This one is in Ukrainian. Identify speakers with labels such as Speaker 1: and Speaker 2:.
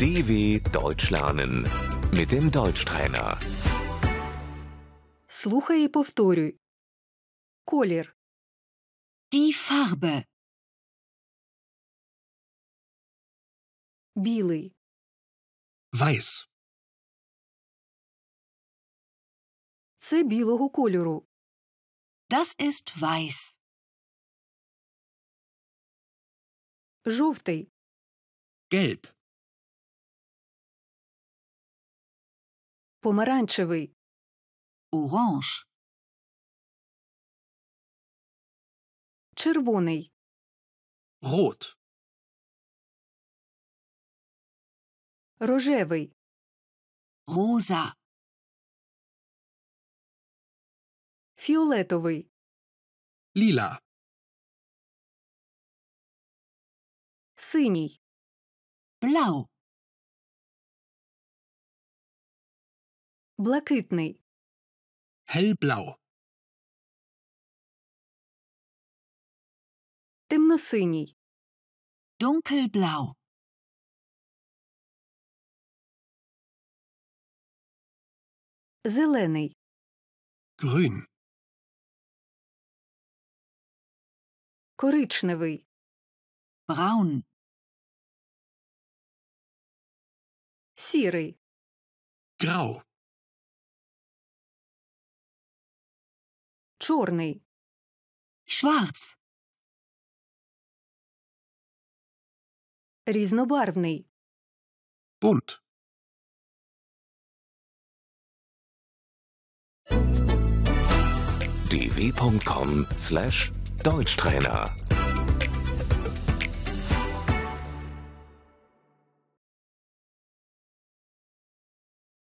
Speaker 1: DW Deutsch lernen mit dem Deutschtrainer.
Speaker 2: Слухай і повторюй. Колір,
Speaker 3: Die Farbe.
Speaker 2: білий,
Speaker 4: Weiß.
Speaker 2: це білого кольору,
Speaker 3: Das ist weiß.
Speaker 2: жовтий,
Speaker 4: Gelb.
Speaker 2: помаранчевий,
Speaker 3: Orange.
Speaker 2: червоний,
Speaker 4: Rot.
Speaker 2: рожевий,
Speaker 3: Rosa.
Speaker 2: фіолетовий,
Speaker 4: Lila.
Speaker 2: синій,
Speaker 3: Blau.
Speaker 2: блакитний,
Speaker 4: Hellblau.
Speaker 2: темносиній,
Speaker 3: Dunkelblau.
Speaker 2: зелений,
Speaker 4: Grün.
Speaker 2: коричневий,
Speaker 3: Braun.
Speaker 2: сірий,
Speaker 4: Grau.
Speaker 2: чорний,
Speaker 3: Schwarz.
Speaker 2: різнобарвний,
Speaker 4: Bunt.
Speaker 1: dw.com/deutschtrainer